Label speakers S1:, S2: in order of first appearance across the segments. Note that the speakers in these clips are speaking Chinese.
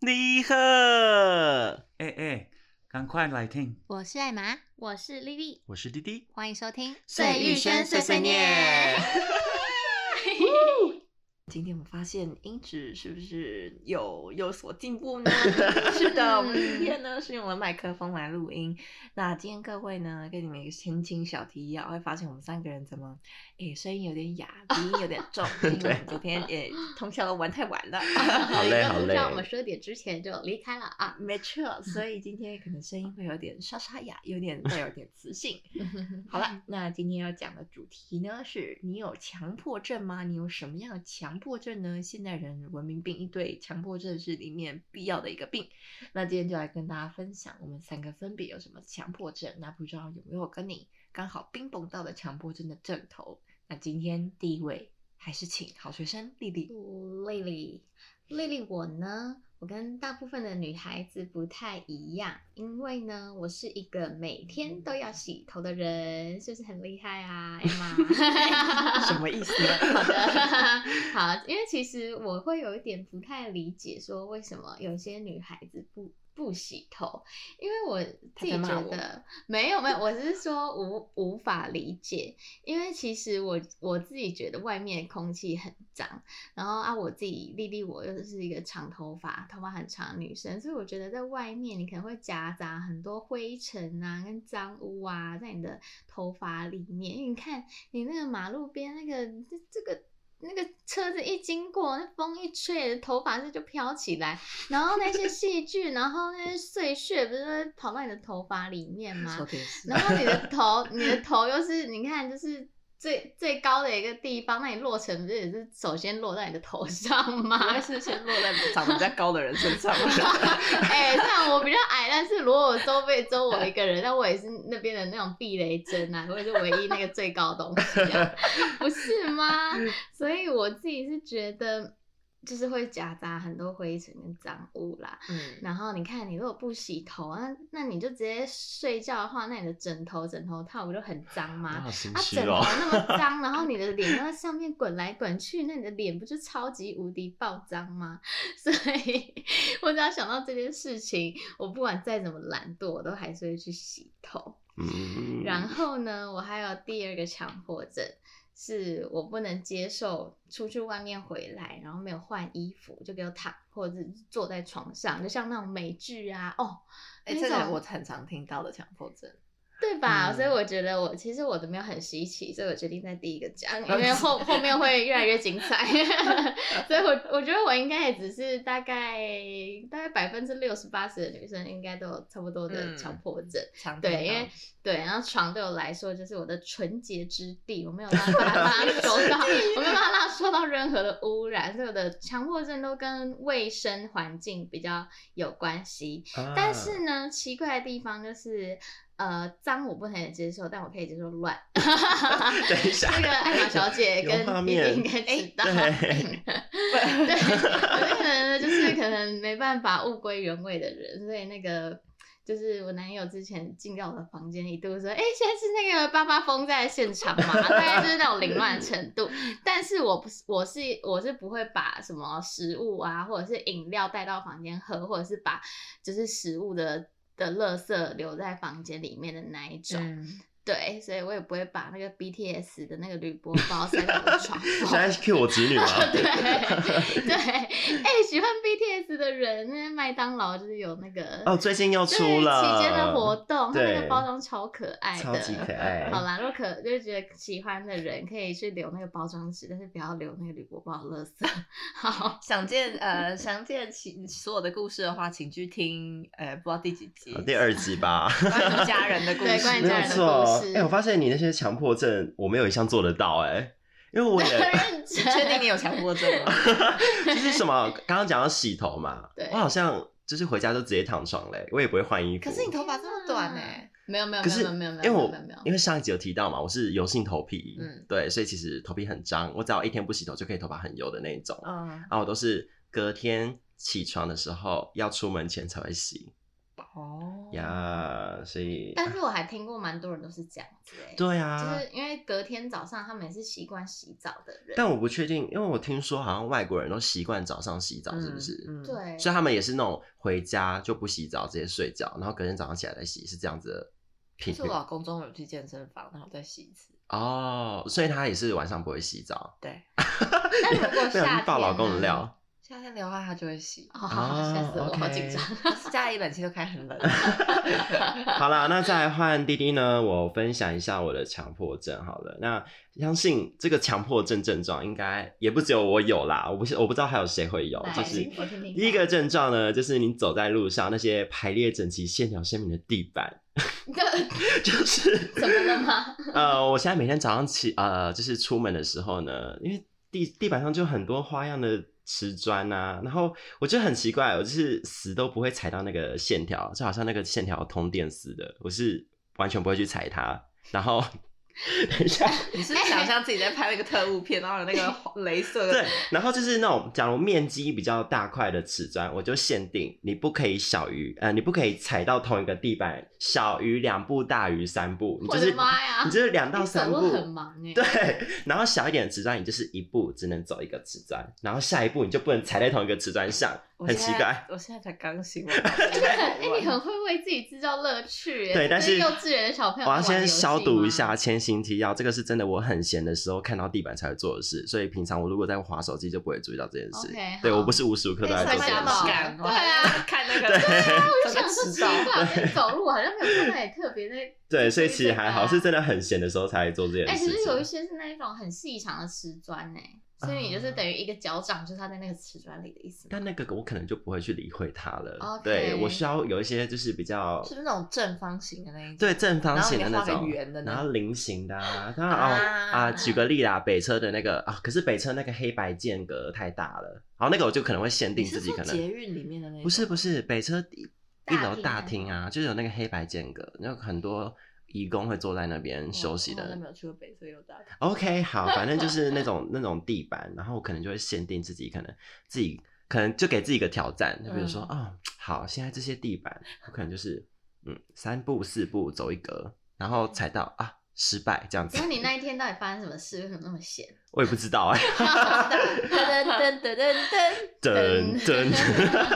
S1: 你好，我
S2: 哎哎，赶快来听！
S3: 我是艾玛，
S4: 我是丽丽，
S1: 是弟弟。
S3: 欢迎收听《
S4: 碎玉轩碎碎念》。
S5: 今天我们发现音质是不是有有所进步呢？是的，我们今天呢是用了麦克风来录音。那今天各位呢，跟你们一个前情小提要，会发现我们三个人怎么，诶，声音有点哑，鼻音有点重，是因为我们昨天也通宵玩太晚了。
S1: 好嘞好嘞
S4: 在我们十二点之前就离开了啊。
S5: 没错，所以今天可能声音会有点沙沙哑，有点带有点磁性。好了，那今天要讲的主题呢是：你有强迫症吗？你有什么样的强迫症呢？现代人文明病一对，强迫症是里面必要的一个病。那今天就来跟大家分享我们三个分别有什么强迫症。那不知道有没有跟你刚好冰崩到的强迫症的症头？那今天第一位还是请好学生丽丽。
S4: 丽丽，丽丽，我呢，我跟大部分的女孩子不太一样，因为呢，我是一个每天都要洗头的人，是不是很厉害啊，艾 玛？
S5: 什么意思呢？
S4: 好的， 好，因为其实我会有一点不太理解，说为什么有些女孩子不不洗头，因为我自己
S5: 她在骂
S4: 觉
S5: 我
S4: 得没有没有，我只是说无无法理解，因为其实我我自己觉得外面空气很脏，然后啊我自己丽丽我又是一个长头发、头发很长的女生，所以我觉得在外面你可能会夹杂很多灰尘啊跟脏污啊在你的头发里面，因为你看你那个马路边那个这这个那个车子一经过，那风一吹，头发是就飘起来，然后那些细菌，然后那些碎屑不是都会跑到你的头发里面吗
S5: 说？的也 是
S4: 然后你的头，你的头又是你看就是。最最高的一个地方，那你落成不是也是首先落在你的头上吗？
S5: 应该是先落在长得比较高的人身上。
S4: 哎、虽然我比较矮，但是如果我周围周我一个人，但我也是那边的那种避雷针啊，我也是唯一那个最高的东西、啊，不是吗？所以我自己是觉得，就是会夹杂很多灰尘跟脏污啦。
S5: 嗯，
S4: 然后你看，你如果不洗头，那那你就直接睡觉的话，那你的枕头、枕头套不就很脏吗？
S1: 好心
S4: 啊，
S1: 虚
S4: 枕
S1: 哦
S4: 头！那么脏，然后你的脸又在上面滚来滚去，那你的脸不就超级无敌爆脏吗？ 所以我只要想到这件事情，我不管再怎么懒惰，我都还是会去洗头。
S1: 嗯，
S4: 然后呢，我还有第二个强迫症，是我不能接受出去外面回来，然后没有换衣服就给我躺或者是坐在床上，就像那种美剧啊，哦，
S5: 哎、
S4: 那
S5: 这
S4: 种
S5: 个我很常听到的强迫症。
S4: 对吧？
S5: 嗯
S4: 所以我觉得我其实我的没有很稀奇，所以我决定在第一个讲，
S5: 哦
S4: 因为后后面会越来越精彩。 所以我我觉得我应该也只是大概大概百分之六十八十的女生应该都有差不多的
S5: 嗯
S4: 强迫症。
S5: 常听到
S4: 对，因为对，然后床对我来说就是我的纯洁之地，我 没有办法让它受到，我没有办法让它受到任何的污染，所以我的强迫症都跟卫生环境比较有关系。
S1: 啊
S4: 但是呢，奇怪的地方就是，呃，脏我不能接受，但我可以接受乱。
S1: 等一下
S4: 这个艾玛小姐
S1: 有画
S4: 跟弟
S1: 面哎
S4: 弟应该知道。
S1: 对
S4: 对，我这个人呢，就是可能没办法物归原位的人，所以那个就是我男友之前进到我的房间，一度说：“哎、现在是那个八八风在的现场嘛？”大概就是那种凌乱的程度。但是我不是，我是我是不会把什么食物啊，或者是饮料带到房间喝，或者是把就是食物的的垃圾留在房间里面的那一种。
S5: 嗯，
S4: 对，所以我也不会把那个 BTS 的那个铝箔包塞到我的床
S1: 现
S4: 头。
S1: 在是 Q 我侄女吗？
S4: 对对，哎、喜欢 BTS 的人，那麦当劳就是有那个
S1: 哦，最近又
S4: 对
S1: 出了
S4: 期间的活动，它那
S1: 对
S4: 个包装超可爱的，
S1: 超级可爱。
S4: 好啦，如果可就是觉得喜欢的人可以去留那个包装纸，但是不要留那个铝箔包的垃圾。好，
S5: 想见呃，想见其所有的故事的话，请去听呃，不知道第几集
S1: 好，啊第二集吧。
S5: 关于家人的 故事，
S4: 对关于
S1: 没
S4: 家
S1: 有
S4: 人的
S1: 错
S4: 故，事
S1: 哎、我发现你那些强迫症，我没有一项做得到、哎，因为我也
S4: 认
S5: 你
S4: 真，
S5: 确定你有强迫症 吗？
S1: 就是什么，刚刚讲到洗头嘛，
S4: 对
S1: 我好像就是回家就直接躺床嘞、我也不会换衣服。
S5: 可是你头发这么短呢、
S4: 哎没有没有
S1: 可
S4: 没
S1: 是
S4: 有没有没有没有，
S1: 因为我
S4: 没有没有
S1: 因为上一集有提到嘛，我是油性头皮，
S5: 嗯
S1: 对，所以其实头皮很脏，我只要一天不洗头就可以头发很油的那一种。
S5: 嗯，
S1: 啊，我都是隔天起床的时候要出门前才会洗，
S5: 哦，
S1: 呀，所以
S4: 但是我还听过蛮多人都是这样子、欸，
S1: 对
S4: 就
S1: 啊，
S4: 是因为隔天早上他们也是习惯洗澡的人，
S1: 但我不确定，因为我听说好像外国人都习惯早上洗澡，
S5: 嗯
S1: 是不是？
S5: 嗯
S4: 对，
S1: 所以他们也是那种回家就不洗澡，直接睡觉，然后隔天早上起来再洗，是这样子的
S5: 就
S1: 频
S5: 是
S1: 率
S5: 我老公中午有去健身房，然后再洗一次。
S1: 哦。所以他也是晚上不会洗澡，
S5: 对，
S4: 但如果夏
S1: 不小
S4: 天啊
S1: 心
S4: 呢
S1: 爆老公的料，
S5: 夏天的话他就会洗，
S4: 哦，吓死我，
S1: 啊 OK
S4: 好紧张。
S5: 就是家里冷气都开很冷。
S1: 好啦，那再来换滴滴呢？我分享一下我的强迫症好了。那相信这个强迫症症状应该也不只有我有啦，我不是我不知道还有谁会 有
S4: 来，
S1: 就
S4: 请
S1: 是。
S4: 我听听看
S1: 第一个症状呢，就是你走在路上，那些排列整齐、线条鲜明的地板， 就是
S4: 怎么 了吗？
S1: 呃，我现在每天早上起，呃，就是出门的时候呢，因为地地板上就很多花样的瓷砖啊，然后我觉得很奇怪，我就是死都不会踩到那个线条，就好像那个线条通电似的，我是完全不会去踩它。然后，等一下，
S5: 你是不是想象自己在拍那个特务片，然后有 那个镭射？
S1: 对，然后就是那种，假如面积比较大块的瓷砖，我就限定你不可以小于，呃，你不可以踩到同一个地板小于两步大于三步，你
S4: 我
S1: 就是
S4: 的妈呀！
S1: 你就是两到三步
S4: 你走路很忙哎、
S1: 对，然后小一点的瓷砖，你就是一步只能走一个瓷砖，然后下一步你就不能踩在同一个瓷砖上，
S5: 我
S1: 很
S5: 现
S1: 奇
S5: 在
S1: 怪。。
S5: 我现在才刚 醒，
S4: 哎、你很 哎、你很会为自己制造乐趣、哎
S1: 对，
S4: 这
S1: 但
S4: 是
S1: 是
S4: 幼稚园的小朋友
S1: 我
S4: 玩
S1: 要
S4: 的游
S1: 先
S4: 戏
S1: 消毒一
S4: 吗
S1: 下千辛提要，这个是真的，我很闲的时候看到地板才会做的事，所以平常我如果在划手机就不会注意到这件事。
S4: OK，
S1: 对
S4: 好
S1: 我不是无时无刻都
S4: 哎
S1: 在做
S4: 才
S5: 上
S1: 这件
S4: 吓
S5: 班
S4: 到
S5: 好
S1: 事。
S5: 赶哦，
S4: 对啊
S5: 还在看那
S1: 对
S5: 个，
S4: 哎我就想哎说奇
S5: 怎么知道
S4: 怪，在走路我好像没有看到你特别在
S1: 对，所以
S4: 注意
S1: 其实
S4: 这个
S1: 还
S4: 啊
S1: 好，是真的很闲的时候才做这件
S4: 哎、
S1: 事
S4: 可
S1: 情。
S4: 是有一些是那一种很细长的瓷砖呢、所以你就是等于一个脚掌，就是它在那个瓷砖里的意思吗。
S1: 但那个我可能就不会去理会它了。
S4: OK
S1: 对我需要有一些就是比较
S5: 是不是那种正方形的那一种？
S1: 对正方形的那
S5: 然后你画
S1: 种
S5: 个圆的，那种
S1: 然后菱形的 啊，当然
S5: 啊
S1: 哦啊，举个例啦，北车的那个啊，可是北车那个黑白间隔太大了，然后那个我就可能会限定
S5: 你是
S1: 自己
S5: 说
S1: 可
S5: 捷
S1: 能
S5: 运里面的那种？
S1: 不是不是北车一一
S4: 大
S1: 楼
S4: 厅
S1: 大
S4: 那种
S1: 厅啊，就是有那个黑白间隔，然后很多义工会坐在那边
S5: 哦
S1: 休息
S5: 我好
S1: 的
S5: 像没有去过北所以有大。
S1: OK，好，反正就是那种那种地板，然后我可能就会限定自己，可能自己可能就给自己一个挑战，就比如说啊、
S4: 嗯
S1: 哦好，现在这些地板，我可能就是嗯，三步四步走一格，然后踩到啊失败这样子
S4: 那，你那一天到底发生什么事？为什么那么闲？
S1: 我也不知 道哎、
S5: 噔噔噔噔噔噔，
S1: 噔 噔，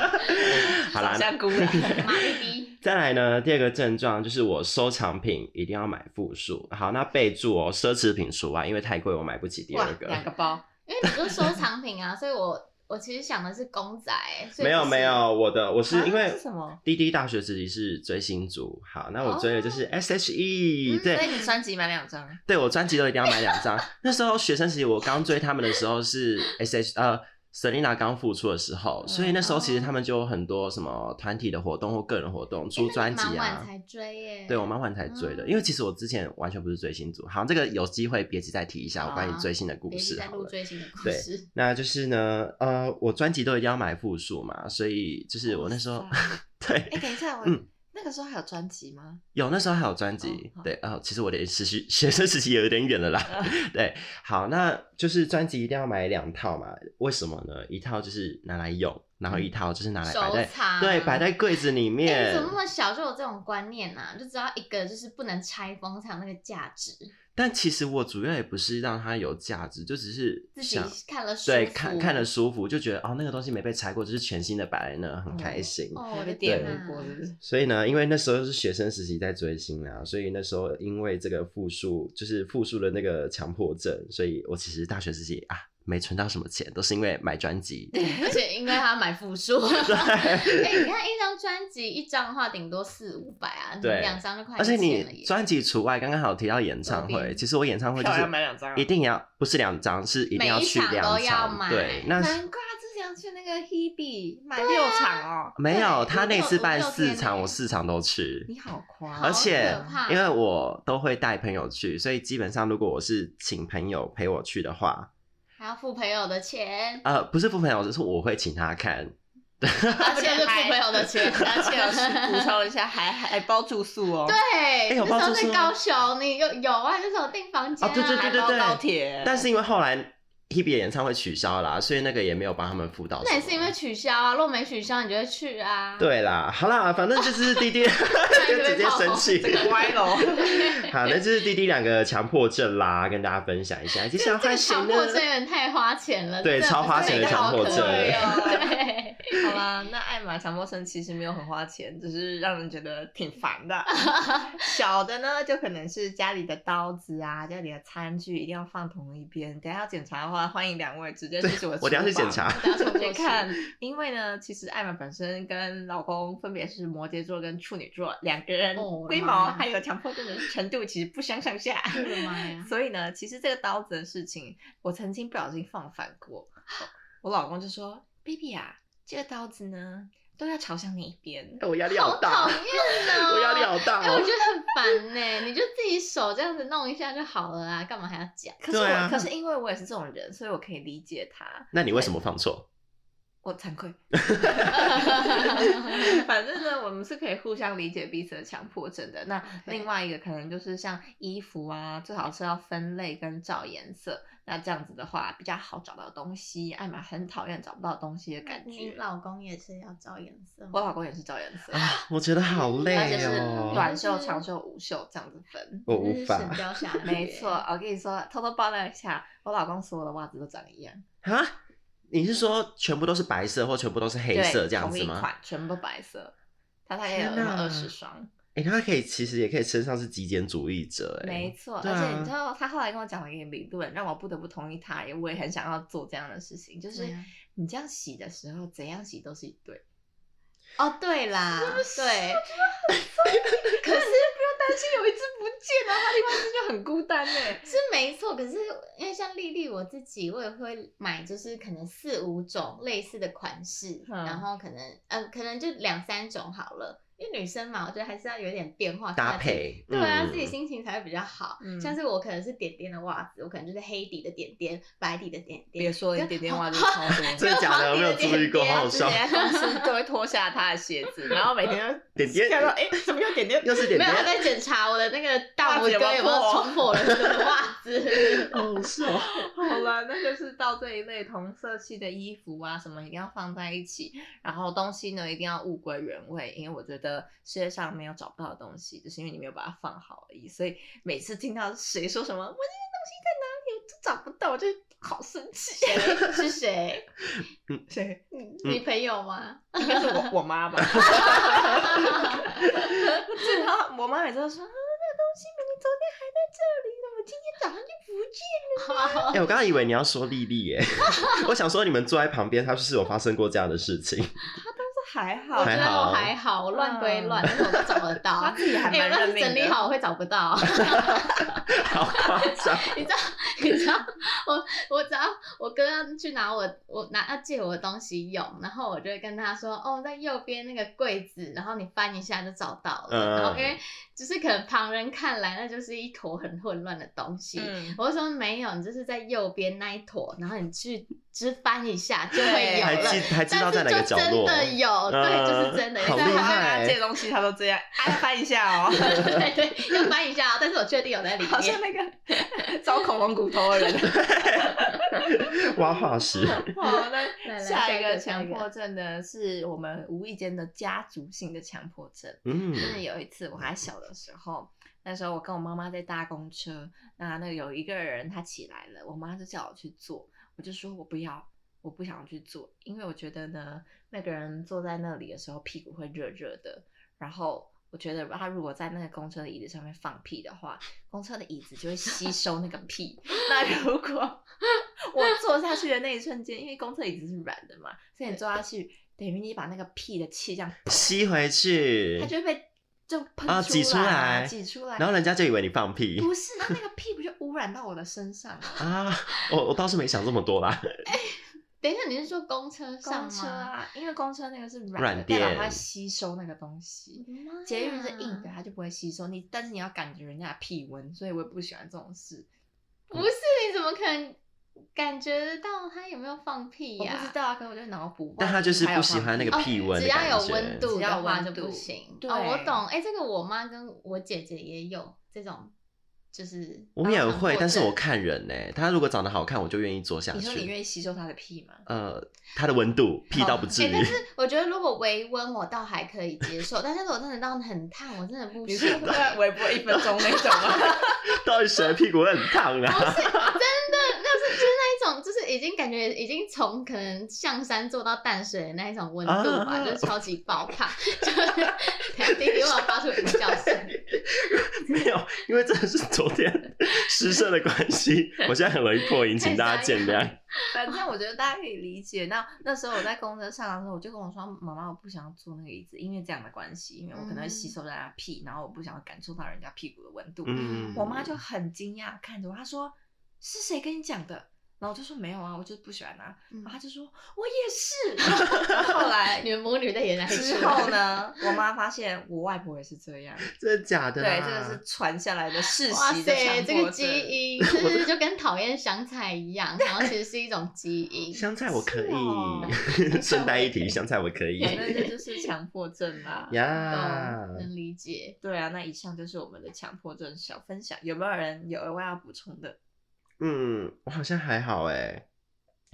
S1: 好啦
S5: 好，像孤然。
S4: 马丽逼，
S1: 再来呢，第二个症状就是我收藏品一定要买复数。好，那备注哦，奢侈品除外，因为太贵我买不起第
S5: 哇
S1: 二，个。
S5: 两个包，
S4: 因为你就收藏品啊，所以我我其实想的是公仔、所以
S1: 没有
S4: 不是
S1: 没有，我的我是
S5: 啊
S1: 因为
S5: 是什么
S1: 滴滴大学时期是追星族，好，那我追的就是
S4: 哦
S1: S H
S5: 嗯
S1: E，、
S5: 所以
S1: 对
S5: 你专辑买两张，
S1: 对，我专辑都一定要买两张。 那时候学生时期，我刚追他们的时候是 S H 呃 Selina 刚复出的时
S4: 嗯
S1: 候，所以那时候其实他们就有很多什么团体的活动或个人活动，
S4: 哎那
S1: 出
S4: 你
S1: 专
S4: 蛮
S1: 辑
S4: 晚
S1: 啊。
S4: 才追嗯耶。
S1: 对我蛮晚才追的，因为其实我之前完全不是追星族。好，这个有机会别急再提一下我关于追星的故
S4: 哦别一直
S1: 事
S4: 在
S1: 好
S4: 录
S1: 了。
S4: 追星的故
S1: 对
S4: 事。
S1: 那就是呢，呃，我专辑都一定要买复数嘛，所以就是我那时候
S5: 哇
S4: 啊
S1: 对
S5: 塞 哎，等一下，我
S1: 嗯
S5: 那个时候还有专辑吗？
S1: 有，那时候还有专辑，
S5: 哦好
S1: 对，哦，其实我的实习学生时期 也有点远了啦。
S4: 嗯
S1: 对，好，那就是专辑一定要买两套嘛？为什么呢？一套就是拿来用，然后
S4: 嗯
S1: 一套就是拿来摆在
S4: 收、藏
S1: 对摆在柜子里
S4: 啊哎、
S1: 面
S4: 你。怎么那么小就有这种观念啊？就知道一个就是不能拆封才有那个价值，
S1: 但其实我主要也不是让它有价值，就只是
S4: 自己
S1: 想
S4: 看了舒
S1: 对
S4: 服
S1: 看看着舒服，就觉得哦那个东西没被拆过，就是全新的摆在那，很
S5: 嗯
S1: 开心。
S4: 哦，我
S5: 被
S4: 的
S5: 玷
S4: 天
S1: 对
S4: 哪
S5: 污过是不是？
S1: 所以呢，因为那时候是学生时期在追星啊，所以那时候因为这个复数就是复数的那个强迫症，所以我其实大学时期啊没存到什么钱，都是因为买专 辑。
S4: 而且因为他买复数， 哎、你看一张专辑一张的话，顶多四五百啊，你
S1: 对
S4: 两张就快
S1: 而且
S4: 一千了
S1: 你
S4: 耶。
S1: 专辑除外，刚刚好提到演唱
S4: 周
S1: 会，
S4: 边
S1: 其实我演唱会就
S5: 票
S1: 是
S5: 要买两张啊，
S1: 一定要不是两张，是一定要去
S4: 每一
S1: 两
S4: 场
S1: 场。
S4: 都要买
S1: 对，那
S5: 难怪他之前去那个 Hebe 买六场哦，
S1: 没有
S4: 对
S1: 他那次办四
S4: 五六天
S1: 场，
S4: 欸
S1: 我四场都去。
S5: 你好夸张，
S1: 而且
S4: 好可怕
S1: 因为我都会带朋友去，所以基本上如果我是请朋友陪我去的话，
S4: 还要付朋友 的钱，
S1: 呃，不是付朋友，是我会请他看。
S4: 而且是付朋友的 钱，
S5: 而且我 是补充一下，还还包住宿哦，
S4: 对，
S1: 哎有
S4: 那时
S1: 包
S4: 候
S1: 住宿
S4: 在
S1: 吗
S4: 高雄，你有有啊，那时候订房间、啊，
S1: 哦对对对对
S5: 还包
S1: 对
S5: 高铁，
S1: 但是因为后来 Hebe 的演唱会取消啦，所以那个也没有帮他们辅导。
S4: 那也是因为取消啊，若没取消，你就会去啊。
S1: 对啦，好啦，反正就是弟 弟 就直接生气。
S5: 歪 了哦。
S1: 好，那就是弟弟两个强迫症啦，跟大家分享一下。接下
S4: 这
S1: 来换
S4: 个
S1: 谁
S4: 强
S1: 呢
S4: 迫？症有点太花钱了，
S1: 对
S4: 这
S1: 超花钱的强迫症
S4: 这个好可
S5: 对
S4: 怜
S5: 哦
S4: 对，
S5: 好啦，那艾玛强迫症其实没有很花钱，只是让人觉得挺烦的。小的呢，就可能是家里的刀子啊，家里的餐具一定要放同一边。等一下要检查的话，欢迎两位直接去我的
S1: 我等一下去检查。
S4: 不要重
S5: 直接
S4: 复
S5: 看，因为呢，其实艾玛本身跟老公分别是摩羯座跟处女座，两个人
S4: 哦我的
S5: 规
S4: 妈
S5: 模
S4: 呀
S5: 还有强迫症的程度其实不相上下。
S4: 哎我的妈
S1: 啊
S4: 呀！
S5: 所以呢，其实这个刀子的事情，我曾经不小心放反过。我老公就说：“baby 啊，这个刀子呢，都要朝向哪一边
S1: 哎我压力
S4: 好
S1: 好大
S4: 讨，厌哦！
S1: 我压力好大
S4: 哎，我
S1: 哦
S4: 觉。得很烦呢，你就自己手这样子弄一下就好了啊，干嘛还要讲？”？
S5: 可是我，
S1: 对啊
S5: 可是因为我也是这种人，所以我可以理解他。
S1: 那你为什么放错？
S5: 我 惭愧，反正呢，我们是可以互相理解彼此的强迫症的。那另外一个可能就是像衣服啊，最好是要分类跟照颜色。那这样子的话比较好找到东西。艾玛很讨厌找不到东西的
S1: 嗯
S5: 感
S4: 嗯你
S5: 觉。
S4: 老公也是要照颜色
S5: 我
S4: 吗？
S5: 老公也是照颜 色。
S1: 啊，我觉得好
S5: 它
S1: 累
S5: 哎就是
S1: 哦。
S5: 短袖、长袖、无袖这样子分。
S1: 我
S4: 你
S1: 无
S4: 是
S1: 法
S4: 神雕侠侣
S5: 没
S4: 欸
S5: 错，我跟你说，偷偷爆料一下，我老公所有的袜子都长一样，
S1: 啊，你是说全部都是白色或全部都是黑色
S5: 对
S1: 这样
S5: 同
S1: 子
S5: 一
S1: 吗？
S5: 款全部白色，他大概有
S1: 天哪
S5: 二十双，
S1: 哎、他可以其实也可以称上是极简主义者哎、
S5: 没错。
S1: 对
S5: 而
S1: 啊
S5: 且你知道，他后来跟我讲了一个理论，让我不得不同意他，也我也很想要做这样的事情，就是
S1: 啊
S4: 怎样
S5: 你这样洗的时候，怎样洗都是一对。
S4: 哦，对啦，对，
S5: 可是不用担心有一只不见，然后他另外一只就很孤单 哎。
S4: 是没错，可是因为像丽丽我自己，我也会买，就是可能四五种类似的款式，
S5: 嗯
S4: 然后可能呃，可能就两三种好了。因为女生嘛，我觉得还是要有点变化
S1: 搭。
S4: 看看自己
S1: 配。
S4: 对啊，
S1: 嗯
S4: 自己心情才会比较好。
S5: 嗯
S4: 像是我可能是点点的袜子，我可能就是黑底的点点，白底的点点。
S5: 别说
S4: 跟
S5: 一点点袜 子超多。
S1: 真 的假的？
S4: 就
S1: 有没有注意过？
S4: 黄底的点点啊
S1: 好好笑
S5: 之前。在公司就会脱下他的鞋子，然后每天 就
S1: 点点
S5: 看到哎，怎么有点点？
S1: 又是点
S4: 没有，他
S1: 点，
S4: 在检查我的那个大
S5: 袜
S4: 拇哥
S5: 子
S4: 有
S5: 有没有
S4: 没有
S5: 破
S4: 冲破 了我的袜 子。
S1: 哦，是哦，
S5: 好了，那就是到这一类同色系的衣服啊，什么一定要放在一起，然后东西呢一定要物归原位，因为我觉得世界上没有找不到的东西，就是因为你没有把它放好而已。所以每次听到谁说什么我这个东西在哪里，我就找不到，我就好生气。
S4: 谁 是谁？
S5: 谁？
S4: 你你朋友吗？
S5: 应该是我我 妈吧。最后我妈每次都说啊，那个东西明明昨天还在这里，怎么今天早上就不见
S1: 哎、我刚刚以为你要说丽丽耶， 我想说你们坐在旁边，她是不是有发生过这样的事情？
S5: 这还
S4: 我觉
S5: 好，
S1: 还
S4: 得
S1: 好
S4: 我还好，我乱归乱，但是我都找得
S5: 她
S4: 到。
S5: 自己还
S4: 哎、
S5: 蛮
S4: 我要
S5: 认
S4: 是
S5: 命的。
S4: 整理好，我会找不到。
S1: 好夸张！
S4: 你知道，你知道，我我只要我哥要去拿我我拿要借我的东西用，然后我就会跟他说，哦，在右边那个柜子，然后你翻一下就找到了。
S1: 嗯
S4: 然后因为就是可能旁人看来那就是一坨很混乱的东西，
S5: 嗯，
S4: 我就说没有，你就是在右边那一坨，然后你去只翻一下就会
S5: 对
S4: 有
S1: 还
S4: 了
S1: 记。还知道
S4: 但是
S1: 在哪个
S4: 就
S1: 角
S4: 真
S1: 落？
S4: 的有，对，就是真的。
S1: 嗯好
S4: 但
S1: 厉
S4: 是
S1: 害
S5: 跟他借东西，他都这样，哎，翻一下哦。
S4: 对对，要翻一下哦，但是我确定有在里
S5: 好
S4: 面。
S5: 像那个找恐龙骨头的 人。
S1: 挖化石，
S5: 好，那
S4: 来来
S5: 下一
S4: 下一
S5: 个
S4: 个下一
S5: 强
S4: 个
S5: 迫症呢，是我们无意间的家族性的强迫症。
S1: 嗯，
S5: 就是有一次我还小的时候，那时候我跟我妈妈在搭公车，那那有一个人他起来了，我妈就叫我去坐，我就说我不要，我不想去坐，因为我觉得呢，那个人坐在那里的时候屁股会热热的，然后。我觉得他如果在那个公车的椅子上面放屁的话，公车的椅子就会吸收那个屁。那如果我坐下去的那一瞬间，因为公车椅子是软的嘛，所以你坐下去，等于你把那个屁的气这样
S1: 吸回去
S5: 它，就会被就喷
S1: 啊挤出
S5: 出
S1: 来
S5: 挤出来。
S1: 然后人家就以为你放屁
S5: 不是，那那个屁不就污染到我的身上 了？
S1: 啊！我我倒是没想这么多啦。
S4: 等一下，你是说公车上
S5: 公
S4: 吗？
S5: 车啊，因为公车那个是软的，
S1: 软
S5: 代表
S1: 垫
S5: 它吸收那个东西。啊
S4: 妈呀
S5: 捷运是硬的，它就不会吸收你，但是你要感觉人家的屁温，所以我也不喜欢这种事。
S4: 不是，你怎么可能感觉得到他有没有放屁
S5: 我
S4: 呀、
S5: 不知道啊，可我就脑补。
S1: 但他就是不喜欢那个
S4: 哦
S1: 屁温
S4: 只
S1: 的
S4: 要
S1: 感觉，
S4: 有温度
S5: 只要
S4: 的
S5: 有
S4: 话
S5: 温
S4: 就不
S5: 度
S4: 行。
S5: 对
S4: 哦，我懂。哎、这个我妈跟我姐姐也有这种就是
S1: 我
S5: 嗯
S1: 们也
S4: 包强
S1: 会，
S4: 迫
S1: 但是我
S4: 症
S1: 看人呢、他如果长得好看，我就愿意做下
S5: 哦你说你
S1: 去。
S5: 愿意哦吸收他的屁吗？
S1: 呃，他的温度屁倒不至
S4: 哎、
S1: 于。
S4: 但是我觉得如果微温我倒还可以接受，但是如果真的到很烫，我真的不
S5: 你
S4: 行
S5: 是。微波一分钟那种啊吗？
S1: 到底谁的屁股会很烫
S4: 不
S1: 啊？
S4: 是 真的，那是就是那一种，就是已经感觉已经从可能象山做到淡水的那一种温度吧，
S1: 啊
S4: 就是超级爆烫， 就是 等下弟弟我有发
S5: 哦
S4: 出什么叫声？
S1: 没有，因为真的是昨天失摄的关系，我现在很容易破音，请大家见谅。
S5: 反正我觉得大家可以理解。那那时候我在公车上的时候，我就跟我说：“妈妈，我不想坐那个椅子，因为这样的关系，因为我可能会
S4: 嗯
S5: 吸收大家屁，然后我不想要感受到人家屁股的温度。
S1: 嗯，
S5: 我妈就很惊讶看着我，她说：“是谁跟你讲的？”然后我就说：“没有啊，我就是不喜欢啊。”
S4: 嗯
S5: 然后她就说：“我也是。”然后后来
S4: 你们母女在演哪一
S5: 之
S4: 出？
S5: 后呢，我妈发现我外婆也是这样，
S1: 真的假的啦？
S5: 对，这个是传下来的世
S4: 哇
S5: 袭的
S4: 塞，
S5: 强
S4: 这个
S5: 迫
S4: 基
S5: 症。
S4: 因 就是就跟讨厌香菜一样，然后其实是一种基因。
S1: 香菜我可
S5: 是哦
S1: 以，顺带一提，
S5: 香
S1: 香菜我可以
S5: 反正这就是强迫症啦。
S1: 呀。
S4: 能理解。
S5: 对啊，那以上就是我们的强迫症小分享，有没有人有额外要补充的？
S1: 嗯，我好像还好哎。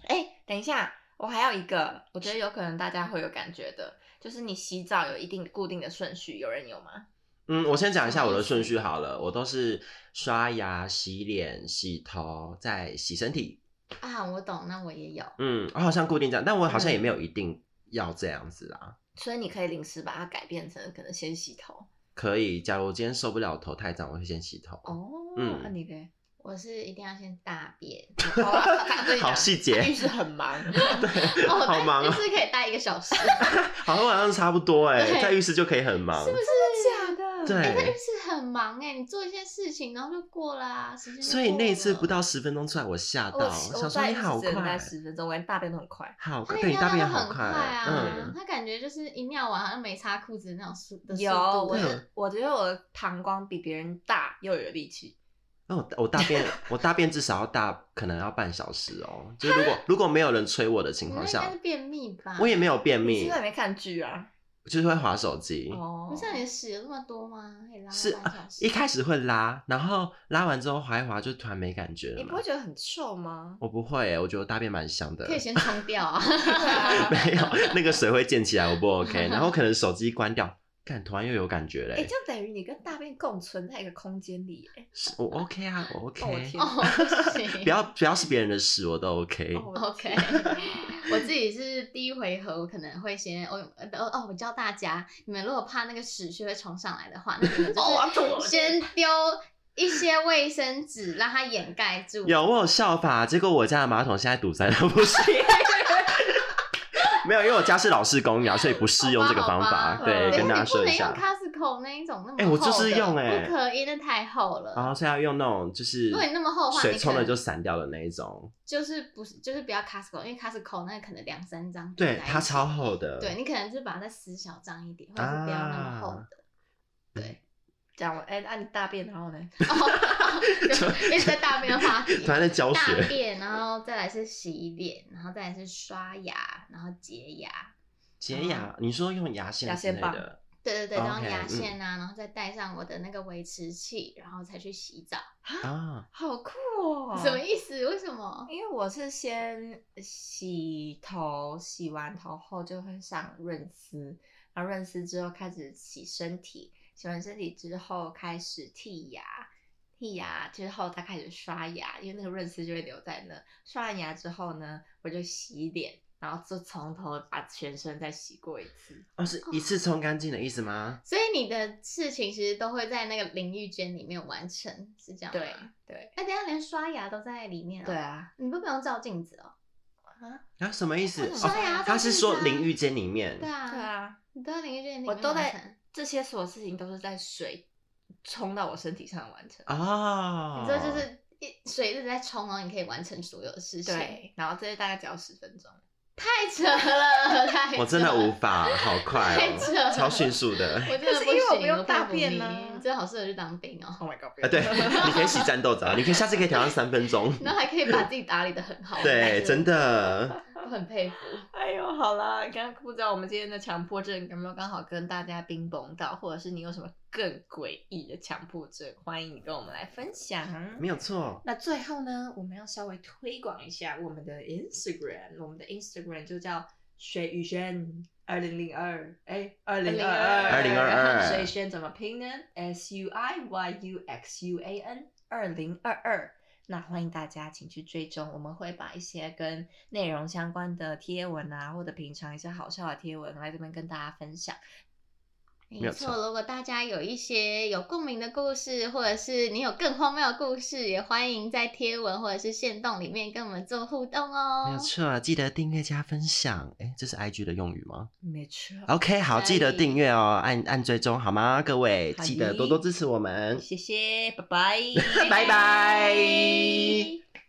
S5: 哎、等一下，我还有一个，我觉得有可能大家会有感觉的，就是你洗澡有一定固定的顺序，有人有吗？
S1: 嗯，我先讲一
S4: 什
S1: 下
S4: 么
S1: 我
S4: 意
S1: 的顺
S4: 思
S1: 序好了，我都是刷牙、洗脸、洗头，再洗身体。
S4: 啊，我懂，那我也有。
S1: 嗯，我好像固定这样，但我好像
S4: 嗯
S1: 也没有一定要这样子啦。
S5: 所以你可以临时把它改变成可能先洗头
S1: 可以，假如我今天受不了头太脏，我会先洗头。
S5: 哦，
S1: 嗯
S5: 那、你 可以。
S4: 我是一定要先大便，
S5: 好啊他跟你
S1: 好
S5: 讲
S1: 细节
S5: 他浴室很忙，
S1: 对，
S4: 哦，
S1: 好忙
S4: 但
S1: 啊
S4: 就！是可以待一个小时，
S1: 好像晚上差不多哎，
S4: 对
S1: 在浴室就可以很 忙
S4: 是。不是？
S5: 真的假的？
S1: 对
S4: 哎、在浴室很忙哎、你做一件事情，然后就过啦、时间就
S1: 所以那一次
S4: 过了
S1: 不，到十分钟出来，我吓
S4: 哦
S5: 哦我
S1: 到，想说
S5: 在
S1: 你
S5: 浴室
S1: 好
S5: 只能待
S1: 快，
S5: 十分钟，我连大便都很快。
S1: 好
S4: 他
S1: 快，
S4: 哎
S1: 对
S4: 那天
S1: 你大
S4: 尿
S1: 便也
S4: 得很
S1: 快，
S4: 啊，
S1: 嗯，
S4: 他感觉就是一尿完好像没擦裤子那种速的速
S5: 有，
S4: 度
S5: 我
S1: 对
S5: 是我觉得我的膀胱比别人大又有力气。
S1: 那哦我我大便我大便至少要大，可能要半小时哦。就是如果如果没有人催我的情
S4: 你那
S1: 况
S4: 应该
S1: 下
S4: 是，便秘吧？
S1: 我也没有便
S5: 啊你
S1: 秘
S5: 是不是，还没看剧啊？
S1: 就是会划手机。
S5: 哦
S4: 不是啊你的屎有那么多吗？可以拉
S1: 是
S4: 半小时。
S1: 一开始会拉，然后拉完之后划一划就突然没感觉了
S5: 你
S1: 嘛
S5: 不会。觉得很臭吗？
S1: 我不会耶，我觉得我大便蛮香的
S4: 可。以先冲掉啊。
S5: 对啊，
S1: 没有，那个水会溅起来，我不 OK。然后可能手机关掉，看突然又有感觉
S5: 哎、
S1: 嘞
S5: 这。样等于你跟大便共存在一个空间里耶，
S1: 是我 OK 啊，我
S5: 哦我
S1: OK。
S5: 天
S4: 哦，不行，
S1: 不要不要是别人的事，我都 OK
S5: 哎。。我的
S4: OK
S5: 天啊
S4: 我自己是第一回合，我可能会先，我呃哦哦，我教大家，你们如果怕那个屎屑会冲上来的话，那你们
S5: 哦我要吐
S4: 就
S5: 了
S4: 是先丢一些卫生纸让它掩盖住。
S1: 有我有效法，结果我家的马桶现在堵塞了，不 是。没有，因为我家是老式公寓啊，所以不适用这个方
S4: 好吧
S1: 法。
S5: 好吧
S1: 对，
S4: 等
S1: 跟
S4: 一
S1: 大家
S4: 下你不
S1: 说一
S4: 能用
S1: 下。
S4: Costco 那一种那么厚的，
S1: 哎我就是用哎啊
S4: 不可以，那太厚了。
S1: 然后现在用那种就是，
S4: 如果你那么厚的话
S1: 水
S4: 你
S1: 冲
S4: 可
S1: 了
S4: 能
S1: 就散掉的那一种。
S4: 就是不是就是不要 Costco，因为 Costco 那个可能两三张，
S1: 对，它超，厚的。
S4: 对你可能就把它再撕小张一点，或者是不要那么厚
S1: 啊
S4: 的，对。
S5: 讲完哎，那、你大便然后呢？
S4: 哦，就一直在大便的话题，
S1: 突然在教
S4: 大
S1: 学。
S4: 便，然后再来是洗脸，然后再来是刷牙，然后洁牙，
S1: 洁牙，
S4: 嗯
S1: 你说用牙线
S5: 牙
S1: 之
S5: 线
S1: 类
S5: 棒
S1: 的，
S4: 对对对，然后
S1: OK，嗯
S4: 牙线啊，然后再带上我的那个维持器，然后才去洗澡。
S1: 啊，
S5: 好酷哦！
S4: 什么？意思？为什么？
S5: 因为我是先洗头，洗完头后就会上润丝，然后润丝之后开始洗身体，洗完身体之后开始剔牙，剔牙之后再开始刷牙，因为那个润丝就会留在那。刷完牙之后呢，我就洗脸，然后就从头把全身再洗过一次。
S1: 哦，是一次冲干净的意思吗？
S4: 所以你的事情其实都会在那个淋浴间里面完成，是这样吗
S5: 对对
S4: 哎，等一下连刷牙都在里面、哦。
S5: 对，啊，
S4: 你都不用照镜子哦。
S1: 啊，什么意思？
S5: 为
S1: 哦，
S5: 什么
S4: 刷牙照
S1: 他是
S4: 镜子
S1: 说
S4: 啊
S1: 淋浴间里面
S4: 对，啊，
S5: 对，啊，
S4: 你都在淋浴间里面
S5: 我都
S4: 完
S5: 在
S4: 成。
S5: 这些所有事情都是在水冲到我身体上完成。
S1: 哦，
S4: 啊你知道就是一水一直在冲，然后你可以完成所有的事情。，
S5: 对，然后这大概只要十分钟。
S4: 太扯 了，太扯了
S1: 我真的无，法，好 快
S4: 太扯
S1: 哦
S4: 了，
S1: 超迅速 的。
S4: 我真的
S5: 可是因为我
S4: 行
S5: 不用
S4: 我佩
S5: 大
S4: 服
S5: 便
S4: 你
S5: 啊
S4: 你真的好适合去当兵哦。
S5: Oh my god！
S1: 啊，对，你可以洗 战斗澡，你可以下次可以调到三分钟。
S4: 然后还可以把自己打理的很好，
S1: 对，真的，
S4: 很佩 服。
S5: 哎呦，好啦，刚刚不知道我们今天的强迫症有没有刚好跟大家冰崩到，或者是你有什么更诡异的强迫症，欢迎你跟我们来分享。
S1: 没有错。
S5: 那最后呢，我们要稍微推广一下我们的 Instagram，我们的 Instagram 就叫水与轩二零零二，哎，二零二二，
S1: 2022
S5: 水轩怎么拼呢？S U I Y U X U A N 二零二二。那欢迎大家请去追踪，我们会把一些跟内容相关的贴文啊，或者平常一些好笑的贴文来这边跟大家分享。
S1: 没
S4: 没
S1: 有错
S4: 错，如果大家有一些有共鸣的故事，或者是你有更荒谬的故事，也欢迎在贴文或者是线动里面跟我们做互动
S1: 没有
S4: 哦。
S1: 错，记得订阅加分享。哎，这是 I G 的用语吗
S5: 没错，
S1: ？OK，好，
S4: 可
S1: 记得
S4: 以
S1: 订阅哦，按按追踪好吗？各位，
S5: 哎好
S1: 记得
S5: 的
S1: 多多支持我们。，
S5: 谢谢，拜拜
S1: 拜拜。